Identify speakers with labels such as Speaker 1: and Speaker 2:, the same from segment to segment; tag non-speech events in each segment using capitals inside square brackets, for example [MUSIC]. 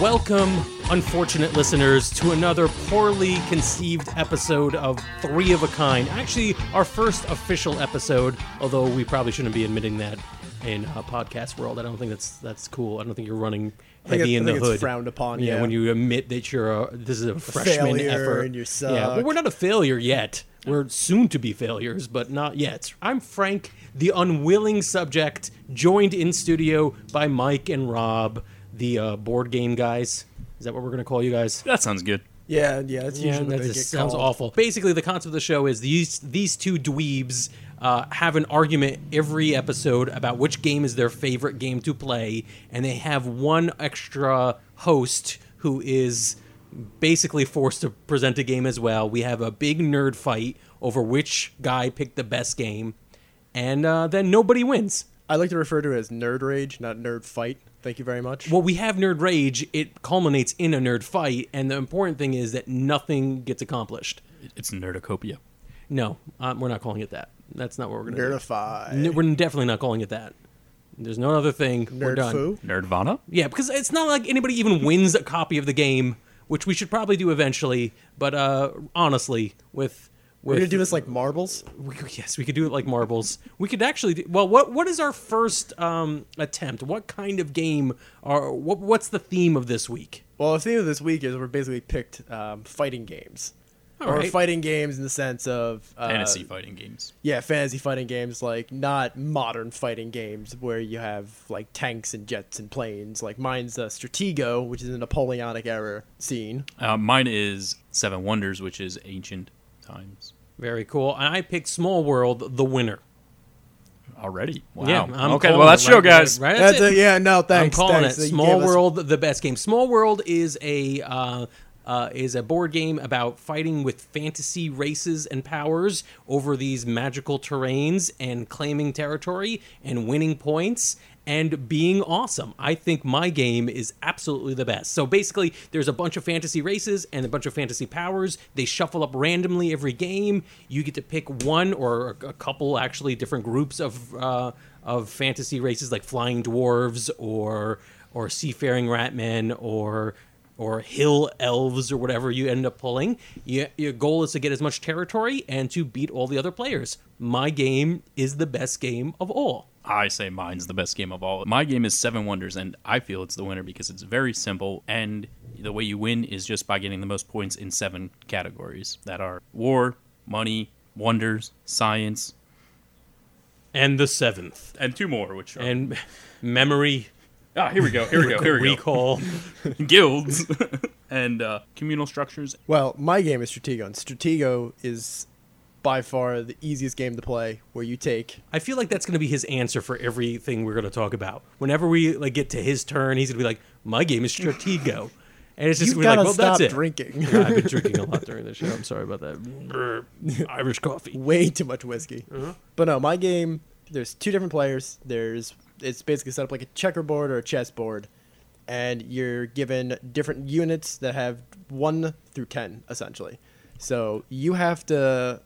Speaker 1: Welcome, unfortunate listeners, to another poorly conceived episode of Three of a Kind. Actually, our first official episode, although we probably shouldn't be admitting that in a podcast world. I don't think that's that's cool. I don't think you're running
Speaker 2: think
Speaker 1: heavy
Speaker 2: it-
Speaker 1: in
Speaker 2: I
Speaker 1: the
Speaker 2: think it's
Speaker 1: hood.
Speaker 2: frowned upon,
Speaker 1: Yeah,
Speaker 2: yeah.
Speaker 1: when you admit that you're a, this is a freshman
Speaker 2: failure
Speaker 1: effort
Speaker 2: and you
Speaker 1: Yeah, well,
Speaker 2: suck.
Speaker 1: we're not a failure yet. We're soon to be failures, but not yet. I'm Frank, the unwilling subject, joined in studio by Mike and Rob, the uh, board game guys. Is that what we're going to call you guys?
Speaker 3: That sounds good.
Speaker 2: Yeah, yeah, that's
Speaker 1: Yeah,
Speaker 2: usually what
Speaker 1: that
Speaker 2: they
Speaker 1: just
Speaker 2: get
Speaker 1: sounds
Speaker 2: called.
Speaker 1: awful. Basically, the concept of the show is these these two dweebs uh, have an argument every episode about which game is their favorite game to play, and they have one extra host who is basically forced to present a game as well. We have a big nerd fight over which guy picked the best game, and uh, then nobody wins.
Speaker 2: I like to refer to it as nerd rage, not nerd fight. Thank you very much.
Speaker 1: Well, we have nerd rage. It culminates in a nerd fight, and the important thing is that nothing gets accomplished.
Speaker 3: It's Nerdocopia.
Speaker 1: No, um, we're not calling it that. That's not what we're going to
Speaker 2: Nerdify.
Speaker 1: do. N- We're definitely not calling it that. There's no other thing. we're done.
Speaker 2: Nerdfoo.
Speaker 3: Nerdvana?
Speaker 1: Yeah, because it's not like anybody even wins a copy of the game, which we should probably do eventually. But uh, honestly, with
Speaker 2: We're
Speaker 1: with
Speaker 2: gonna do this like marbles.
Speaker 1: we, yes, we could do it like marbles. We could actually do, well. What what is our first um, attempt? What kind of game? Are what what's the theme of this week?
Speaker 2: Well, the theme of this week is we're basically picked um, fighting games,
Speaker 1: All
Speaker 2: or
Speaker 1: right.
Speaker 2: fighting games in the sense of uh,
Speaker 3: Fantasy fighting games.
Speaker 2: Yeah, fantasy fighting games like not modern fighting games where you have like tanks and jets and planes. Like mine's uh, Stratego, which is a Napoleonic era scene.
Speaker 3: Uh, mine is Seven Wonders, which is ancient times.
Speaker 1: Very cool. And I picked Small World, the winner.
Speaker 3: Already. Wow.
Speaker 1: Yeah, I'm
Speaker 3: okay,
Speaker 1: calling
Speaker 3: well, that's
Speaker 1: it
Speaker 3: show,
Speaker 1: right-
Speaker 3: guys.
Speaker 1: Right, that's it.
Speaker 2: a- yeah, no, thanks.
Speaker 1: I'm calling
Speaker 2: thanks.
Speaker 1: it
Speaker 2: You
Speaker 1: Small
Speaker 2: gave us-
Speaker 1: World, the best game. Small World is a uh, uh, is a board game about fighting with fantasy races and powers over these magical terrains and claiming territory and winning points and being awesome. I think my game is absolutely the best. So basically, there's a bunch of fantasy races and a bunch of fantasy powers. They shuffle up randomly every game. You get to pick one or a a couple actually different groups of uh, of fantasy races like flying dwarves or or seafaring ratmen or or hill elves or whatever you end up pulling. You, your goal is to get as much territory and to beat all the other players. My game is the best game of all.
Speaker 3: I say mine's the best game of all. My game is Seven Wonders, and I feel it's the winner because it's very simple. And the way you win is just by getting the most points in seven categories that are war, money, wonders, science,
Speaker 1: And the seventh.
Speaker 3: and two more, which are.
Speaker 1: And memory.
Speaker 3: ah, here we go. Here
Speaker 1: [LAUGHS]
Speaker 3: we go. Here we go.
Speaker 1: recall.
Speaker 3: Guilds [LAUGHS] and uh, communal structures.
Speaker 2: Well, my game is Stratego, and Stratego is by far the easiest game to play where you take.
Speaker 1: I feel like that's going to be his answer for everything we're going to talk about. Whenever we like get to his turn, he's going to be like, "My game is Stratego," and it's just
Speaker 2: You've
Speaker 1: we're like,
Speaker 2: gotta
Speaker 1: "Well,
Speaker 2: stop
Speaker 1: that's it."
Speaker 2: drinking.
Speaker 1: Yeah, [LAUGHS] I've been drinking a lot during the show. I'm sorry about that. Irish coffee.
Speaker 2: [LAUGHS] Way too much whiskey.
Speaker 1: Uh-huh.
Speaker 2: But no, my game, there's two different players. There's It's basically set up like a checkerboard or a chessboard, and you're given different units that have 1 through 10, essentially. So you have to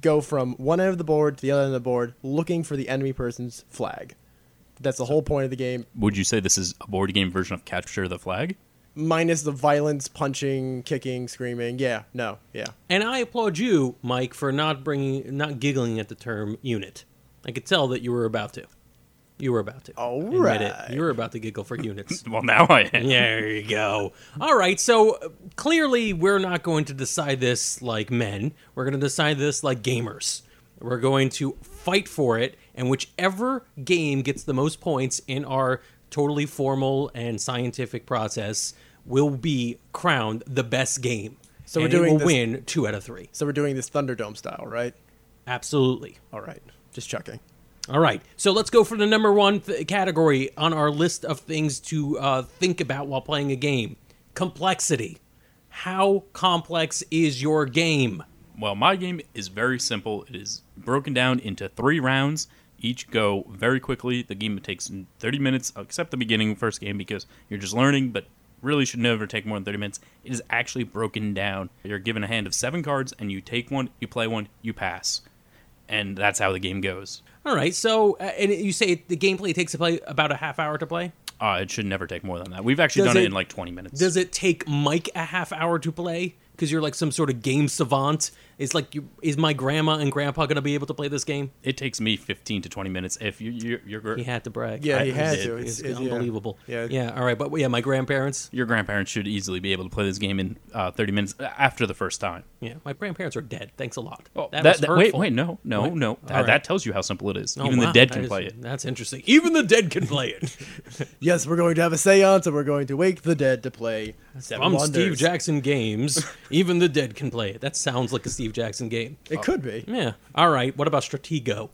Speaker 2: go from one end of the board to the other end of the board looking for the enemy person's flag. That's the whole point of the game.
Speaker 3: Would you say this is a board game version of Capture the Flag?
Speaker 2: minus the violence, punching, kicking, screaming. Yeah, no, yeah.
Speaker 1: And I applaud you, Mike, for not bringing, not giggling at the term unit. I could tell that you were about to. You were about to.
Speaker 2: All
Speaker 1: Admit it.
Speaker 2: right.
Speaker 1: You were about to giggle for units.
Speaker 2: [LAUGHS]
Speaker 3: Well, now I am.
Speaker 1: There you go. All right, so uh, clearly we're not going to decide this like men. We're going to decide this like gamers. We're going to fight for it, and whichever game gets the most points in our totally formal and scientific process will be crowned the best game. So
Speaker 2: we're
Speaker 1: and it
Speaker 2: doing
Speaker 1: will
Speaker 2: this-
Speaker 1: win two out of three.
Speaker 2: So we're doing this Thunderdome style, right?
Speaker 1: Absolutely.
Speaker 2: All right, just checking.
Speaker 1: All right, so let's go for the number one th- category on our list of things to uh, think about while playing a game complexity. How complex is your game?
Speaker 3: Well, my game is very simple. It is broken down into three rounds. Each go very quickly. The game takes 30 minutes, except the beginning first game because you're just learning, but really should never take more than 30 minutes. It is actually broken down. You're given a hand of seven cards, and you take one, you play one, you pass. And that's how the game goes.
Speaker 1: All right, so uh, and you say the gameplay takes a play about a half hour to play.
Speaker 3: Uh, it should never take more than that. We've actually
Speaker 1: Does
Speaker 3: done it,
Speaker 1: it-
Speaker 3: in like 20 minutes.
Speaker 1: Does it take Mike a half hour to play? Because you're like some sort of game savant. It's like, you, is my grandma and grandpa going to be able to play this game?
Speaker 3: it takes me 15 to 20 minutes. If you, you, your,
Speaker 1: He had to brag.
Speaker 2: Yeah,
Speaker 3: I-
Speaker 2: he
Speaker 3: I
Speaker 2: had
Speaker 3: did.
Speaker 2: to.
Speaker 1: It's,
Speaker 2: It's, it's- yeah.
Speaker 1: unbelievable.
Speaker 2: Yeah.
Speaker 1: yeah. All right, but yeah, my grandparents.
Speaker 3: your grandparents should easily be able to play this game in uh, 30 minutes after the first time.
Speaker 1: Yeah, my grandparents are dead. Thanks a lot.
Speaker 3: Oh,
Speaker 1: that,
Speaker 3: that,
Speaker 1: was
Speaker 3: that- wait,
Speaker 1: hurtful.
Speaker 3: wait, no, no,
Speaker 1: What?
Speaker 3: no. That,
Speaker 1: All right.
Speaker 3: that tells you how simple it is.
Speaker 1: Oh,
Speaker 3: Even
Speaker 1: wow,
Speaker 3: the dead
Speaker 1: that
Speaker 3: can
Speaker 1: is-
Speaker 3: play it.
Speaker 1: That's interesting. Even the dead can play
Speaker 3: [LAUGHS]
Speaker 1: it.
Speaker 2: Yes, we're going to have a séance, and we're going to wake the dead to play. Seven
Speaker 1: From
Speaker 2: Wonders.
Speaker 1: Steve Jackson games, even the dead can play it. That sounds like a Steve Jackson game.
Speaker 2: It could be.
Speaker 1: Yeah. All right. What about Stratego?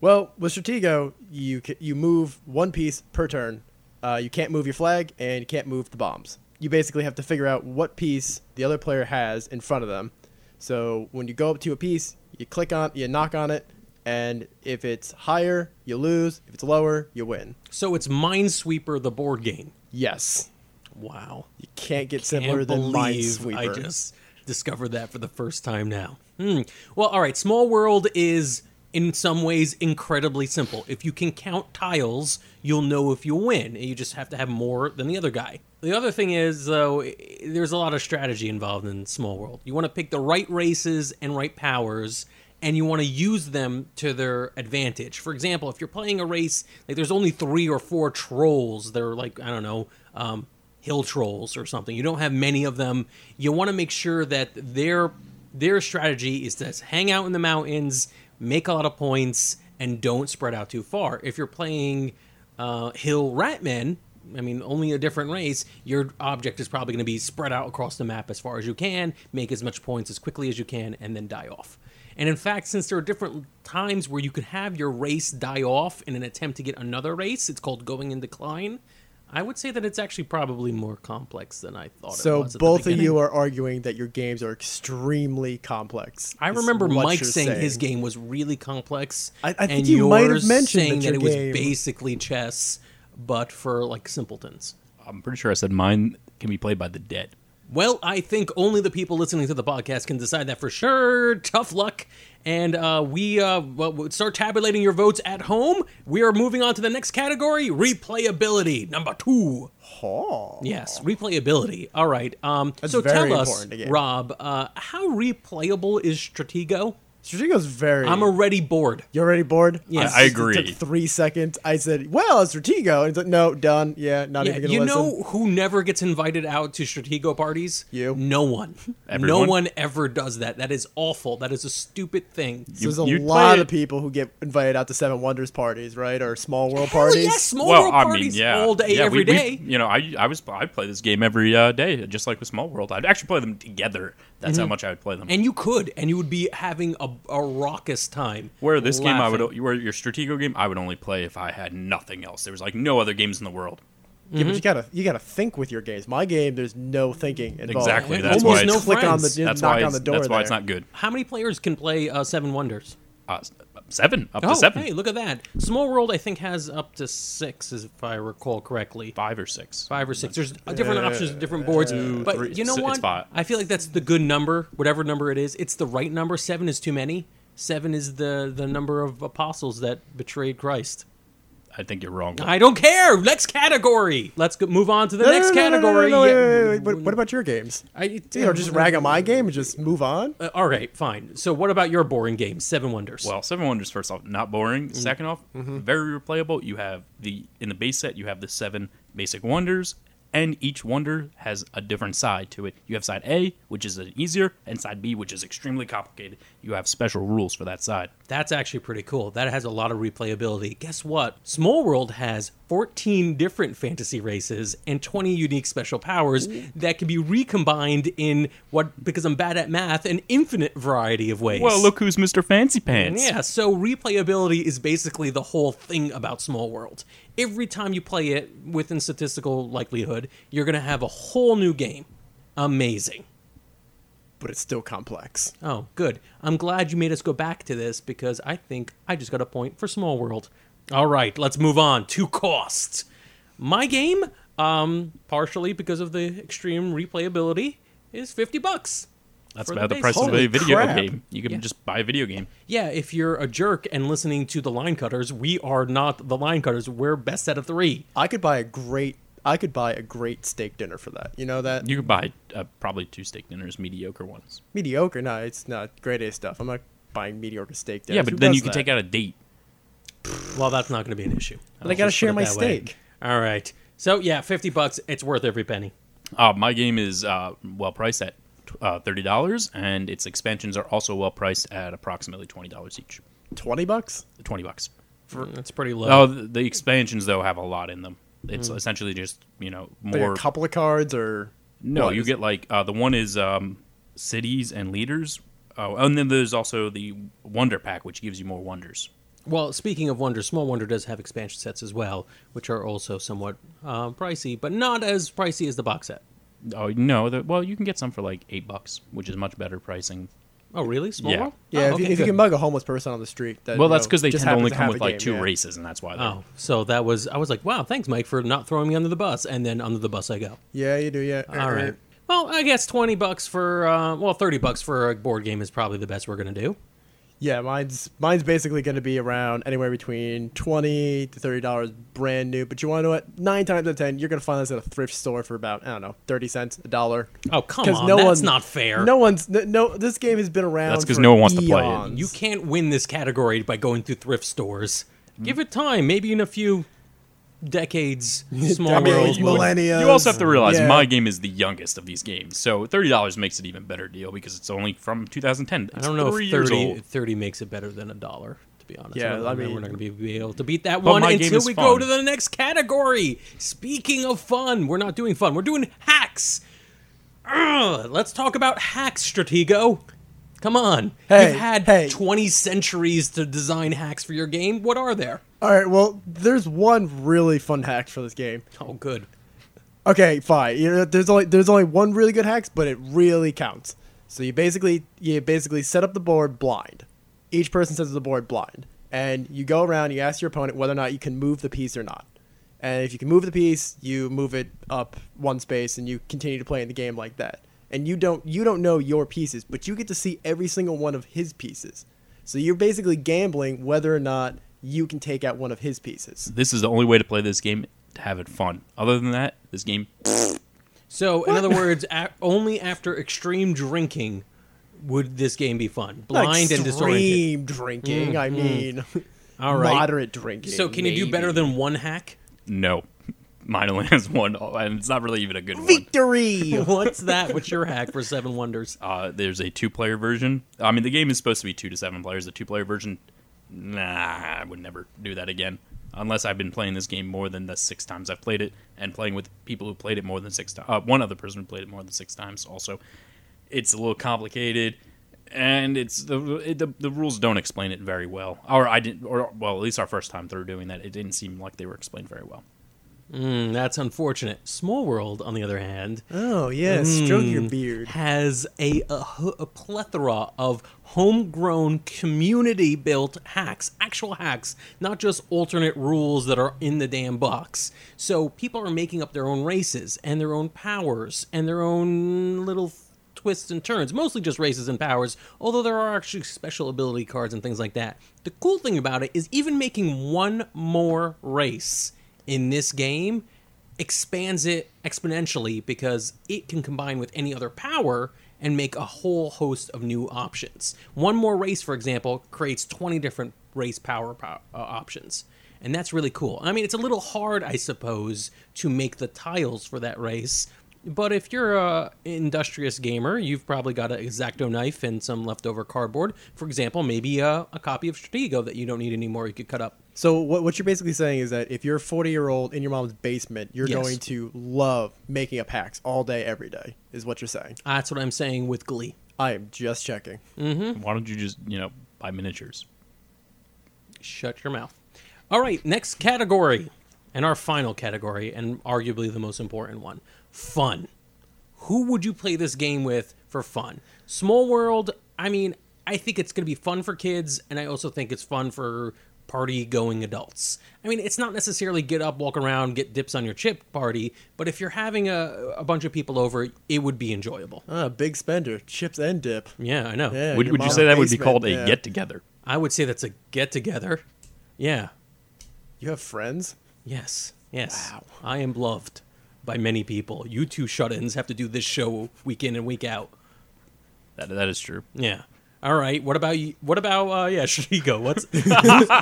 Speaker 2: Well, with Stratego, you ca- you move one piece per turn. Uh, you can't move your flag, and you can't move the bombs. You basically have to figure out what piece the other player has in front of them. So when you go up to a piece, you click on, you knock on it, and if it's higher, you lose. If it's lower, you win.
Speaker 1: So it's Minesweeper, the board game.
Speaker 2: Yes,
Speaker 1: Wow.
Speaker 2: you can't get
Speaker 1: Can't
Speaker 2: simpler than
Speaker 1: believe
Speaker 2: Minesweeper.
Speaker 1: I just discovered that for the first time now. Hmm. Well, all right. Small World is in some ways incredibly simple. If you can count tiles, you'll know if you win. You just have to have more than the other guy. The other thing is, though, i- there's a lot of strategy involved in Small World. You want to pick the right races and right powers. And you want to use them to their advantage. For example, if you're playing a race, like there's only three or four trolls. They're like I don't know, um, hill trolls or something. You don't have many of them. You want to make sure that their their strategy is to hang out in the mountains, make a lot of points, and don't spread out too far. If you're playing uh, hill ratmen, I mean, only a different race, your object is probably going to be spread out across the map as far as you can, make as much points as quickly as you can, and then die off. And in fact, since there are different times where you could have your race die off in an attempt to get another race, it's called going in decline. I would say that it's actually probably more complex than I thought. it
Speaker 2: So
Speaker 1: was at the
Speaker 2: both of
Speaker 1: beginning.
Speaker 2: you are arguing that your games are extremely complex.
Speaker 1: I
Speaker 2: is
Speaker 1: remember
Speaker 2: what
Speaker 1: Mike
Speaker 2: you're
Speaker 1: saying, his game was really complex.
Speaker 2: I- I think
Speaker 1: and
Speaker 2: you might have
Speaker 1: yours
Speaker 2: mentioned
Speaker 1: saying
Speaker 2: that
Speaker 1: that,
Speaker 2: your
Speaker 1: it was
Speaker 2: game-
Speaker 1: basically chess, but for like simpletons.
Speaker 3: I'm pretty sure I said mine can be played by the dead.
Speaker 1: Well, I think only the people listening to the podcast can decide that for sure. Tough luck. And uh, we uh, well, we'll start tabulating your votes at home. We are moving on to the next category replayability, number two.
Speaker 2: Oh.
Speaker 1: Yes, replayability. All right. Um,
Speaker 2: That's
Speaker 1: so
Speaker 2: very
Speaker 1: tell us,
Speaker 2: important again.
Speaker 1: Rob, uh, how replayable is Stratego?
Speaker 2: Stratego's very.
Speaker 1: I'm already bored.
Speaker 2: You already bored?
Speaker 1: Yeah.
Speaker 2: Yes,
Speaker 1: I
Speaker 2: It
Speaker 3: agree.
Speaker 2: took three seconds. I said, "Well, it's Stratego," and it's like, "No, done. Yeah, not
Speaker 1: Yeah,
Speaker 2: even gonna
Speaker 1: you
Speaker 2: listen."
Speaker 1: know who never gets invited out to Stratego parties?
Speaker 2: You.
Speaker 1: No one. No
Speaker 3: Everyone?
Speaker 1: one ever does that. That is awful. That is a stupid thing.
Speaker 2: So there's a
Speaker 3: you'd play
Speaker 2: lot of
Speaker 3: it-
Speaker 2: people who get invited out to Seven Wonders parties, right, or Small World
Speaker 1: Hell
Speaker 2: parties.
Speaker 1: oh, yes, small
Speaker 3: well,
Speaker 1: world
Speaker 3: I mean,
Speaker 1: parties
Speaker 3: yeah,
Speaker 1: all day,
Speaker 3: yeah,
Speaker 1: every
Speaker 3: we,
Speaker 1: day.
Speaker 3: We, you know, I I was I play this game every uh, day, just like with Small World. I'd actually play them together. That's how much I would play them.
Speaker 1: Mm-hmm. and you could, and you would be having a, a raucous time.
Speaker 3: where this game, I
Speaker 1: laughing.
Speaker 3: would where your Stratego game, I would only play if I had nothing else. There was like no other games in the world.
Speaker 2: Yeah,
Speaker 1: Mm-hmm.
Speaker 2: but you gotta you gotta think with your games. My game, there's no thinking involved.
Speaker 3: Exactly,
Speaker 2: You
Speaker 3: that's
Speaker 2: Almost
Speaker 3: why
Speaker 2: no
Speaker 3: it's-
Speaker 2: click on the
Speaker 1: Friends.
Speaker 2: you
Speaker 3: That's
Speaker 2: knock
Speaker 3: why
Speaker 2: on
Speaker 3: it's,
Speaker 2: the door.
Speaker 3: that's why
Speaker 2: there.
Speaker 3: it's not good.
Speaker 1: How many players can play uh, Seven Wonders?
Speaker 3: Uh, s- seven up
Speaker 1: Oh,
Speaker 3: to seven,
Speaker 1: hey, look at that! Small World, I think, has up to six, if I recall correctly.
Speaker 3: five or six.
Speaker 1: Five or six. There's
Speaker 2: Uh,
Speaker 1: different options, different boards. but
Speaker 3: three.
Speaker 1: you know
Speaker 3: It's- it's
Speaker 1: what?
Speaker 3: five.
Speaker 1: I feel like that's the good number, whatever number it is. It's the right number. Seven is too many. Seven is the the number of apostles that betrayed Christ.
Speaker 3: I think you're wrong.
Speaker 1: I don't care. Next category. Let's go, move on to the
Speaker 2: No, no,
Speaker 1: next
Speaker 2: no, no, no,
Speaker 1: category.
Speaker 2: no, no, wait,
Speaker 1: Yeah.
Speaker 2: wait, wait, wait. What, what about your games?
Speaker 1: I,
Speaker 2: You know, just rag on my game and just move on.
Speaker 1: Uh, all right, fine. So, what about your boring game, Seven Wonders?
Speaker 3: Well, Seven Wonders, first off, not boring. Second off, very replayable. You have the in the base set, you have the seven basic wonders, and each wonder has a different side to it. You have side A, which is an easier, and side B, which is extremely complicated. You have special rules for that side.
Speaker 1: that's actually pretty cool. That has a lot of replayability. Guess what? Small World has 14 different fantasy races and 20 unique special powers that can be recombined in what, because I'm bad at math, an infinite variety of ways.
Speaker 3: Well, look who's Mr. Fancy Pants.
Speaker 1: Yeah, so replayability is basically the whole thing about Small World. Every time you play it within statistical likelihood, you're going to have a whole new game. Amazing.
Speaker 2: But it's still complex.
Speaker 1: Oh, good. I'm glad you made us go back to this because I think I just got a point for Small World. All right, let's move on to cost. My game, um, partially because of the extreme replayability, is 50 bucks.
Speaker 3: That's
Speaker 1: for
Speaker 3: about the,
Speaker 1: base
Speaker 3: price of
Speaker 2: Holy
Speaker 3: a video
Speaker 2: crap.
Speaker 3: game. You can
Speaker 1: Yeah.
Speaker 3: just buy a video game.
Speaker 1: Yeah, if you're a jerk and listening to the line cutters, we are not the line cutters. We're best out of three.
Speaker 2: I could buy a great. I could buy a great steak dinner for that. You know that
Speaker 3: You could buy uh, probably two steak dinners, mediocre ones.
Speaker 2: mediocre. No, it's not great A stuff. I'm not buying mediocre steak dinner.
Speaker 3: Yeah, but then you can take out a date.
Speaker 1: Well, that's not going to be an issue.
Speaker 2: But I gotta
Speaker 1: Let's
Speaker 2: share
Speaker 1: put it
Speaker 2: my
Speaker 1: that way.
Speaker 2: steak.
Speaker 1: All right. So yeah, fifty bucks. It's worth every penny.
Speaker 3: Uh, my game is uh, well priced at uh, thirty dollars, and its expansions are also well priced at approximately twenty dollars each.
Speaker 2: twenty bucks.
Speaker 3: Twenty bucks.
Speaker 1: That's pretty low.
Speaker 3: Oh, the, the expansions though have a lot in them. It's
Speaker 2: Mm.
Speaker 3: essentially just you know
Speaker 2: Like
Speaker 3: more.
Speaker 2: a couple of cards or
Speaker 3: no,
Speaker 2: what
Speaker 3: you
Speaker 2: is
Speaker 3: get like uh, the one is um, cities and leaders. Oh, and then there's also the wonder pack, which gives you more wonders.
Speaker 1: Well, speaking of Wonder, Small Wonder does have expansion sets as well, which are also somewhat uh, pricey, but not as pricey as the box set.
Speaker 3: Oh no, the, well you can get some for like eight bucks, which is much better pricing.
Speaker 1: Oh, really? Small
Speaker 3: Yeah.
Speaker 1: World?
Speaker 2: Yeah,
Speaker 1: Oh,
Speaker 2: if,
Speaker 1: okay,
Speaker 2: you, if you
Speaker 1: good.
Speaker 2: can mug a homeless person on the street. That,
Speaker 3: Well,
Speaker 2: you
Speaker 3: that's
Speaker 2: know,
Speaker 3: because they
Speaker 2: Uh, just
Speaker 3: tend
Speaker 2: happens
Speaker 3: to only
Speaker 2: to
Speaker 3: come
Speaker 2: have
Speaker 3: with
Speaker 2: a
Speaker 3: like
Speaker 2: game,
Speaker 3: two
Speaker 2: yeah.
Speaker 3: races, and that's why. they're-
Speaker 1: Oh, so that was. I was like, wow, thanks, Mike, for not throwing me under the bus, and then under the bus I go.
Speaker 2: Yeah, you do. Yeah.
Speaker 1: All right. Well, I guess twenty bucks for, uh, well, thirty bucks for a board game is probably the best we're gonna do.
Speaker 2: Yeah, mine's mine's basically going to be around anywhere between twenty to thirty dollars, brand new. But you want to know what? Nine times out of ten, you're going to find this at a thrift store for about I don't know, thirty cents, a dollar.
Speaker 1: Oh, come
Speaker 2: 'Cause
Speaker 1: on,
Speaker 2: no
Speaker 1: that's
Speaker 2: one-
Speaker 1: not fair.
Speaker 2: No one's no, no. This game has been around.
Speaker 3: That's 'cause
Speaker 2: for
Speaker 3: no one wants to play it.
Speaker 2: eons.
Speaker 1: you can't win this category by going through thrift stores. Give it time, maybe in a few
Speaker 2: [LAUGHS]
Speaker 1: decades, Small
Speaker 2: Decades,
Speaker 1: World.
Speaker 2: millennia.
Speaker 1: would-
Speaker 2: millennials.
Speaker 3: You also have to realize
Speaker 2: Yeah.
Speaker 3: my game is the youngest of these games, so thirty dollars makes it even better deal because it's only from 2010.
Speaker 1: I
Speaker 3: It's
Speaker 1: don't know
Speaker 3: three
Speaker 1: if
Speaker 3: years
Speaker 1: 30,
Speaker 3: old.
Speaker 1: 30 makes it better than a dollar, to be honest.
Speaker 2: Yeah,
Speaker 1: don't
Speaker 2: I
Speaker 1: know.
Speaker 2: mean-
Speaker 1: we're not going to be able to beat that
Speaker 3: But
Speaker 1: one
Speaker 3: my game
Speaker 1: until
Speaker 3: is
Speaker 1: we go
Speaker 3: fun.
Speaker 1: to the next category. Speaking of fun, we're not doing fun. We're doing hacks. Ugh, let's talk about hacks, Stratego. Come on.
Speaker 2: Hey,
Speaker 1: You've had
Speaker 2: hey.
Speaker 1: 20 centuries to design hacks for your game. What are there?
Speaker 2: All right. Well, there's one really fun hack for this game.
Speaker 1: Oh, good.
Speaker 2: Okay, fine. You know, there's only there's only one really good hacks, but it really counts. So you basically you basically set up the board blind. Each person sets up the board blind, and you go around. You ask your opponent whether or not you can move the piece or not. And if you can move the piece, you move it up one space, and you continue to play in the game like that. And you don't you don't know your pieces, but you get to see every single one of his pieces. So you're basically gambling whether or not you can take out one of his pieces.
Speaker 3: This is the only way to play this game to have it fun. Other than that, this game
Speaker 1: So, in other words, a- only after extreme drinking would this game be fun. Blind and disoriented. Mm-hmm.
Speaker 2: Extreme drinking. I mean,
Speaker 1: [LAUGHS] All right.
Speaker 2: moderate drinking.
Speaker 1: So, can you do better than one hack?
Speaker 3: no. [LAUGHS] Mine only has one, and it's not really even a good
Speaker 2: [LAUGHS]
Speaker 3: one.
Speaker 2: victory?
Speaker 1: [LAUGHS] What's that? What's your hack for Seven Wonders?
Speaker 3: Uh, there's a two-player version. I mean, the game is supposed to be two to seven players. The two-player version, nah, I would never do that again, unless I've been playing this game more than the six times I've played it, and playing with people who played it more than six times. Uh, one other person who played it more than six times. Also, it's a little complicated, and it's the it, the, the rules don't explain it very well. Or I didn't, or well, at least our first time through doing that, it didn't seem like they were explained very well.
Speaker 1: Mm, that's unfortunate. Small World, on the other hand,
Speaker 2: oh yeah,
Speaker 1: Mm.
Speaker 2: stroke your beard.
Speaker 1: has a, a, h- a plethora of homegrown, community built hacks, actual hacks, not just alternate rules that are in the damn box. So people are making up their own races and their own powers and their own little f- twists and turns, mostly just races and powers, although there are actually special ability cards and things like that. The cool thing about it is even making one more race in this game expands it exponentially because it can combine with any other power and make a whole host of new options. One more race, for example, creates 20 different race power po- uh, options. And that's really cool. I mean, it's a little hard, I suppose, to make the tiles for that race. But if you're a industrious gamer, you've probably got an exacto knife and some leftover cardboard. For example, maybe a, a copy of Stratego that you don't need anymore. You could cut up.
Speaker 2: So what, what you're basically saying is that if you're a 40 year old in your mom's basement, you're
Speaker 1: Yes.
Speaker 2: going to love making up hacks all day, every day. Is what you're saying?
Speaker 1: That's what I'm saying with Glee.
Speaker 2: I am just checking.
Speaker 1: Mm.
Speaker 2: Hmm.
Speaker 3: Why don't you just you know buy miniatures?
Speaker 1: Shut your mouth. All right, next category, and our final category, and arguably the most important one fun. Who would you play this game with for fun? Small World, I mean, I think it's going to be fun for kids, and I also think it's fun for party going adults. I mean, it's not necessarily get up, walk around, get dips on your chip party, but if you're having a, a bunch of people over, it would be enjoyable.
Speaker 2: Ah, big spender, chips and dip.
Speaker 1: Yeah, I know.
Speaker 2: Yeah,
Speaker 3: Would,
Speaker 2: your
Speaker 3: would you
Speaker 2: mom's
Speaker 3: say that would be
Speaker 2: basement,
Speaker 3: called a
Speaker 2: yeah.
Speaker 3: get together?
Speaker 1: I would say that's a get together. Yeah.
Speaker 2: You have friends?
Speaker 1: Yes. Yes.
Speaker 2: Wow.
Speaker 1: I am loved by many people. You two shut ins have to do this show week in and week out.
Speaker 3: That that is true.
Speaker 1: Yeah. All right. What about you? What about uh, yeah, [LAUGHS] Shrigo?
Speaker 3: [LAUGHS]
Speaker 1: What's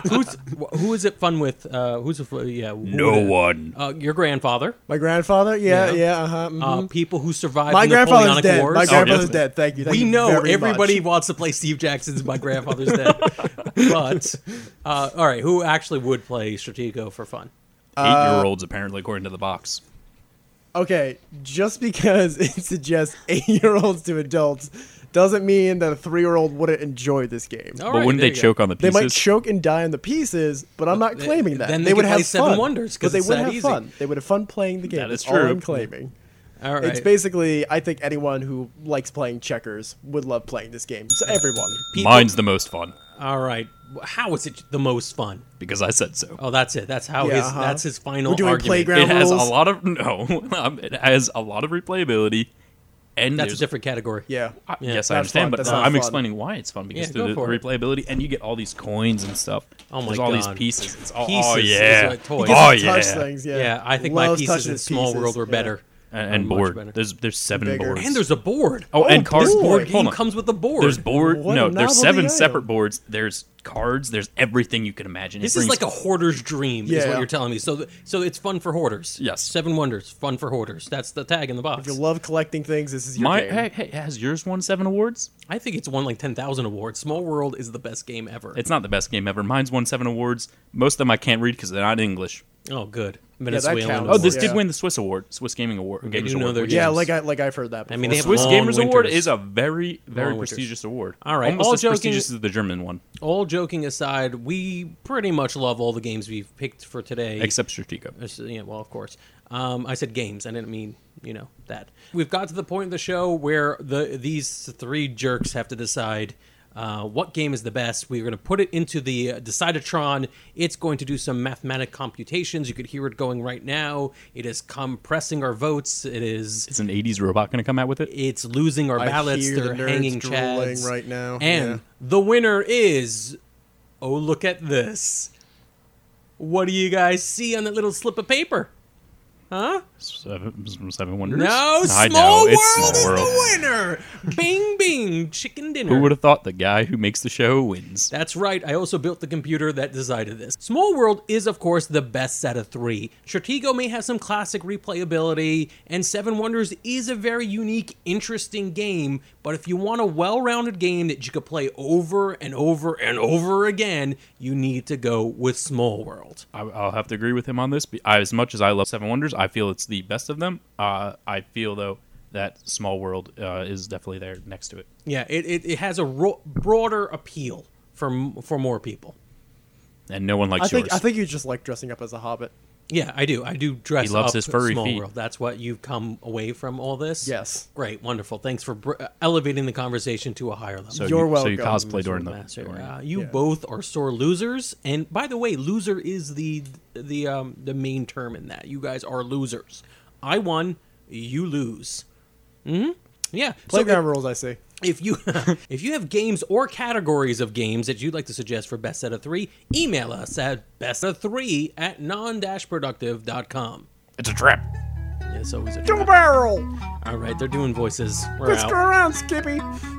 Speaker 1: who's, who's who is it fun with? Uh, who's it, yeah? who would it-
Speaker 3: one.
Speaker 1: Uh, your grandfather.
Speaker 2: My grandfather? Yeah,
Speaker 1: Yeah.
Speaker 2: yeah, uh-huh. mhm.
Speaker 1: Uh, people who survived
Speaker 2: My
Speaker 1: the Napoleonic
Speaker 2: grandfather's dead.
Speaker 1: Wars. Oh,
Speaker 2: My grandfather's
Speaker 3: definitely.
Speaker 2: dead. Thank you. Thank
Speaker 1: we
Speaker 2: you
Speaker 1: know
Speaker 2: very
Speaker 1: everybody
Speaker 2: much.
Speaker 1: wants to play Steve Jackson's My Grandfather's
Speaker 2: [LAUGHS]
Speaker 1: Dead, but uh, all right, who actually would play Stratego for fun?
Speaker 3: Eight year olds apparently, according to the box.
Speaker 2: Okay, just because [LAUGHS] it suggests eight-year-olds to adults doesn't mean that a three-year-old wouldn't enjoy this game.
Speaker 1: All
Speaker 3: but
Speaker 1: right,
Speaker 3: wouldn't
Speaker 1: there
Speaker 3: they
Speaker 1: you go.
Speaker 3: choke on the
Speaker 2: They
Speaker 3: pieces?
Speaker 2: might choke and die on the pieces, but I'm not
Speaker 1: they-
Speaker 2: claiming that.
Speaker 1: then they
Speaker 2: would
Speaker 1: could play
Speaker 2: have
Speaker 1: Seven
Speaker 2: fun,
Speaker 1: Wonders 'cause
Speaker 2: but they
Speaker 1: it's
Speaker 2: would
Speaker 1: that
Speaker 2: have
Speaker 1: easy.
Speaker 2: fun. They would have fun playing the game.
Speaker 3: That is
Speaker 2: That's all
Speaker 3: true.
Speaker 2: I'm claiming.
Speaker 1: All right,
Speaker 2: It's basically, I think anyone who likes playing checkers would love playing this game. So everyone,
Speaker 1: people-
Speaker 3: Mine's the most fun
Speaker 1: All right, how is it the most fun?
Speaker 3: because I said so.
Speaker 1: Oh, that's it. That's how
Speaker 2: Yeah,
Speaker 1: his
Speaker 2: uh-huh.
Speaker 1: that's his final
Speaker 2: We're doing
Speaker 1: argument.
Speaker 2: playground-
Speaker 3: It has a
Speaker 2: rules.
Speaker 3: lot of [LAUGHS] no. um, it has a lot of replayability, and
Speaker 1: That's a
Speaker 3: there's-
Speaker 1: different category.
Speaker 2: yeah.
Speaker 3: I-
Speaker 1: Yeah,
Speaker 3: yes,
Speaker 2: that's
Speaker 3: I understand,
Speaker 2: fun,
Speaker 3: but
Speaker 2: that's
Speaker 3: uh,
Speaker 2: not
Speaker 3: I'm
Speaker 2: fun.
Speaker 3: explaining why it's fun because
Speaker 1: Yeah,
Speaker 3: through
Speaker 1: go
Speaker 3: the
Speaker 1: for it.
Speaker 3: replayability, and you get all these coins and stuff.
Speaker 1: Oh my
Speaker 3: There's all these
Speaker 1: God.
Speaker 3: pieces. It's all,
Speaker 1: Pieces
Speaker 3: oh
Speaker 1: is
Speaker 3: yeah,
Speaker 1: what toys- He
Speaker 3: oh
Speaker 2: He
Speaker 3: yeah,
Speaker 2: gets to touch things, yeah.
Speaker 1: Yeah, I think
Speaker 2: Loves
Speaker 1: my pieces
Speaker 2: touching
Speaker 1: in
Speaker 2: his
Speaker 1: Small
Speaker 2: pieces,
Speaker 1: World were
Speaker 2: yeah.
Speaker 1: better.
Speaker 3: and, and
Speaker 1: Much
Speaker 3: board.
Speaker 1: better.
Speaker 3: There's
Speaker 2: And
Speaker 3: there's seven
Speaker 2: bigger.
Speaker 3: boards.
Speaker 1: And there's a board.
Speaker 3: oh, and
Speaker 2: Oh,
Speaker 3: cards.
Speaker 1: this
Speaker 2: board.
Speaker 1: board
Speaker 3: Hold
Speaker 1: game
Speaker 3: on.
Speaker 1: comes with a board.
Speaker 3: There's board.
Speaker 2: What a
Speaker 3: no, there's
Speaker 2: novelty
Speaker 3: seven
Speaker 2: item.
Speaker 3: separate boards. There's cards. There's everything you can imagine. It
Speaker 1: This is like
Speaker 3: brings-
Speaker 1: a hoarder's dream, is what
Speaker 2: Yeah.
Speaker 1: you're telling me. So, th- so it's fun for hoarders.
Speaker 3: Yes.
Speaker 1: Seven Wonders, fun for hoarders. That's the tag in the box.
Speaker 2: If you love collecting things, this is your
Speaker 3: my
Speaker 2: game.
Speaker 3: hey, hey has yours won seven awards?
Speaker 1: I think it's won like ten thousand awards. Small World is the best game ever.
Speaker 3: It's not the best game ever. Mine's won seven awards. Most of them I can't read because they're not English.
Speaker 1: oh, good.
Speaker 2: that
Speaker 1: Venezuelan.
Speaker 2: counts.
Speaker 3: Oh,
Speaker 1: awards.
Speaker 3: this
Speaker 2: Yeah.
Speaker 3: did win the Swiss Award, Swiss Gaming Award. Gamers
Speaker 1: do know
Speaker 3: Award,
Speaker 1: their games.
Speaker 3: which is-
Speaker 2: Yeah, like I like I've heard that. Before.
Speaker 1: I mean, they have
Speaker 3: Swiss
Speaker 1: Long
Speaker 3: Gamers Award
Speaker 1: winters.
Speaker 3: is a very, very
Speaker 1: Long winters.
Speaker 3: prestigious award.
Speaker 1: All right,
Speaker 3: almost
Speaker 1: all
Speaker 3: as
Speaker 1: joking-
Speaker 3: prestigious as the German one,
Speaker 1: All joking aside, we pretty much love all the games we've picked for today.
Speaker 3: except Stratego.
Speaker 1: Uh, so, Yeah, well, of course. Um, I said games. I didn't mean you know that. We've got to the point of the show where the these three jerks have to decide uh, what game is the best. We're going to put it into the uh, Decidatron. It's going to do some mathematic computations. You could hear it going right now. It is compressing our votes. It is.
Speaker 3: Is an '80s robot going to come out with it?
Speaker 1: It's losing our
Speaker 2: I
Speaker 1: ballots.
Speaker 2: hear
Speaker 1: They're
Speaker 2: the nerds
Speaker 1: hanging
Speaker 2: drooling
Speaker 1: chads
Speaker 2: right now.
Speaker 1: And
Speaker 2: Yeah.
Speaker 1: the winner is. Oh, look at this! What do you guys see on that little slip of paper? Huh?
Speaker 3: Seven, seven wonders.
Speaker 1: No,
Speaker 3: I
Speaker 1: Small
Speaker 3: know, it's
Speaker 1: World
Speaker 3: Small
Speaker 1: is
Speaker 3: World.
Speaker 1: the winner. bing, bing, chicken dinner.
Speaker 3: Who would have thought the guy who makes the show wins?
Speaker 1: That's right. I also built the computer that decided this. Small World is, of course, the best set of three. Stratego may have some classic replayability, and Seven Wonders is a very unique, interesting game. But if you want a well rounded game that you could play over and over and over again, you need to go with Small World.
Speaker 3: I, I'll have to agree with him on this. Be- I- As much as I love Seven Wonders, I feel it's the best of them. Uh, I feel though that Small World uh, is definitely there next to it.
Speaker 1: Yeah, it, it, it has a ro- broader appeal for, m- for more people.
Speaker 3: and no one likes
Speaker 2: I think
Speaker 3: yours.
Speaker 2: I think you just like dressing up as a hobbit.
Speaker 1: Yeah, I do. I do dress
Speaker 3: He loves
Speaker 1: up
Speaker 3: his furry
Speaker 1: small
Speaker 3: feet.
Speaker 1: world. That's what you've come away from all this.
Speaker 2: Yes.
Speaker 1: Great. Wonderful. Thanks for br- uh, elevating the conversation to a higher level.
Speaker 3: so
Speaker 2: You're
Speaker 3: you, So you
Speaker 2: welcome,
Speaker 3: cosplay during the
Speaker 1: Master,
Speaker 3: during-
Speaker 1: uh, you
Speaker 2: Yeah.
Speaker 1: both are sore losers. And by the way, loser is the the um, the main term in that. You guys are losers. I won. You lose. Hmm. Yeah. So
Speaker 2: Playground rules, I see.
Speaker 1: if you [LAUGHS] if you have games or categories of games that you'd like to suggest for best set of three, email us at best of three at non-productive.com.
Speaker 3: It's a trap.
Speaker 1: It's always a
Speaker 2: barrel.
Speaker 1: All right, they're doing voices. We're
Speaker 2: Let's
Speaker 1: out.
Speaker 2: go around, Skippy.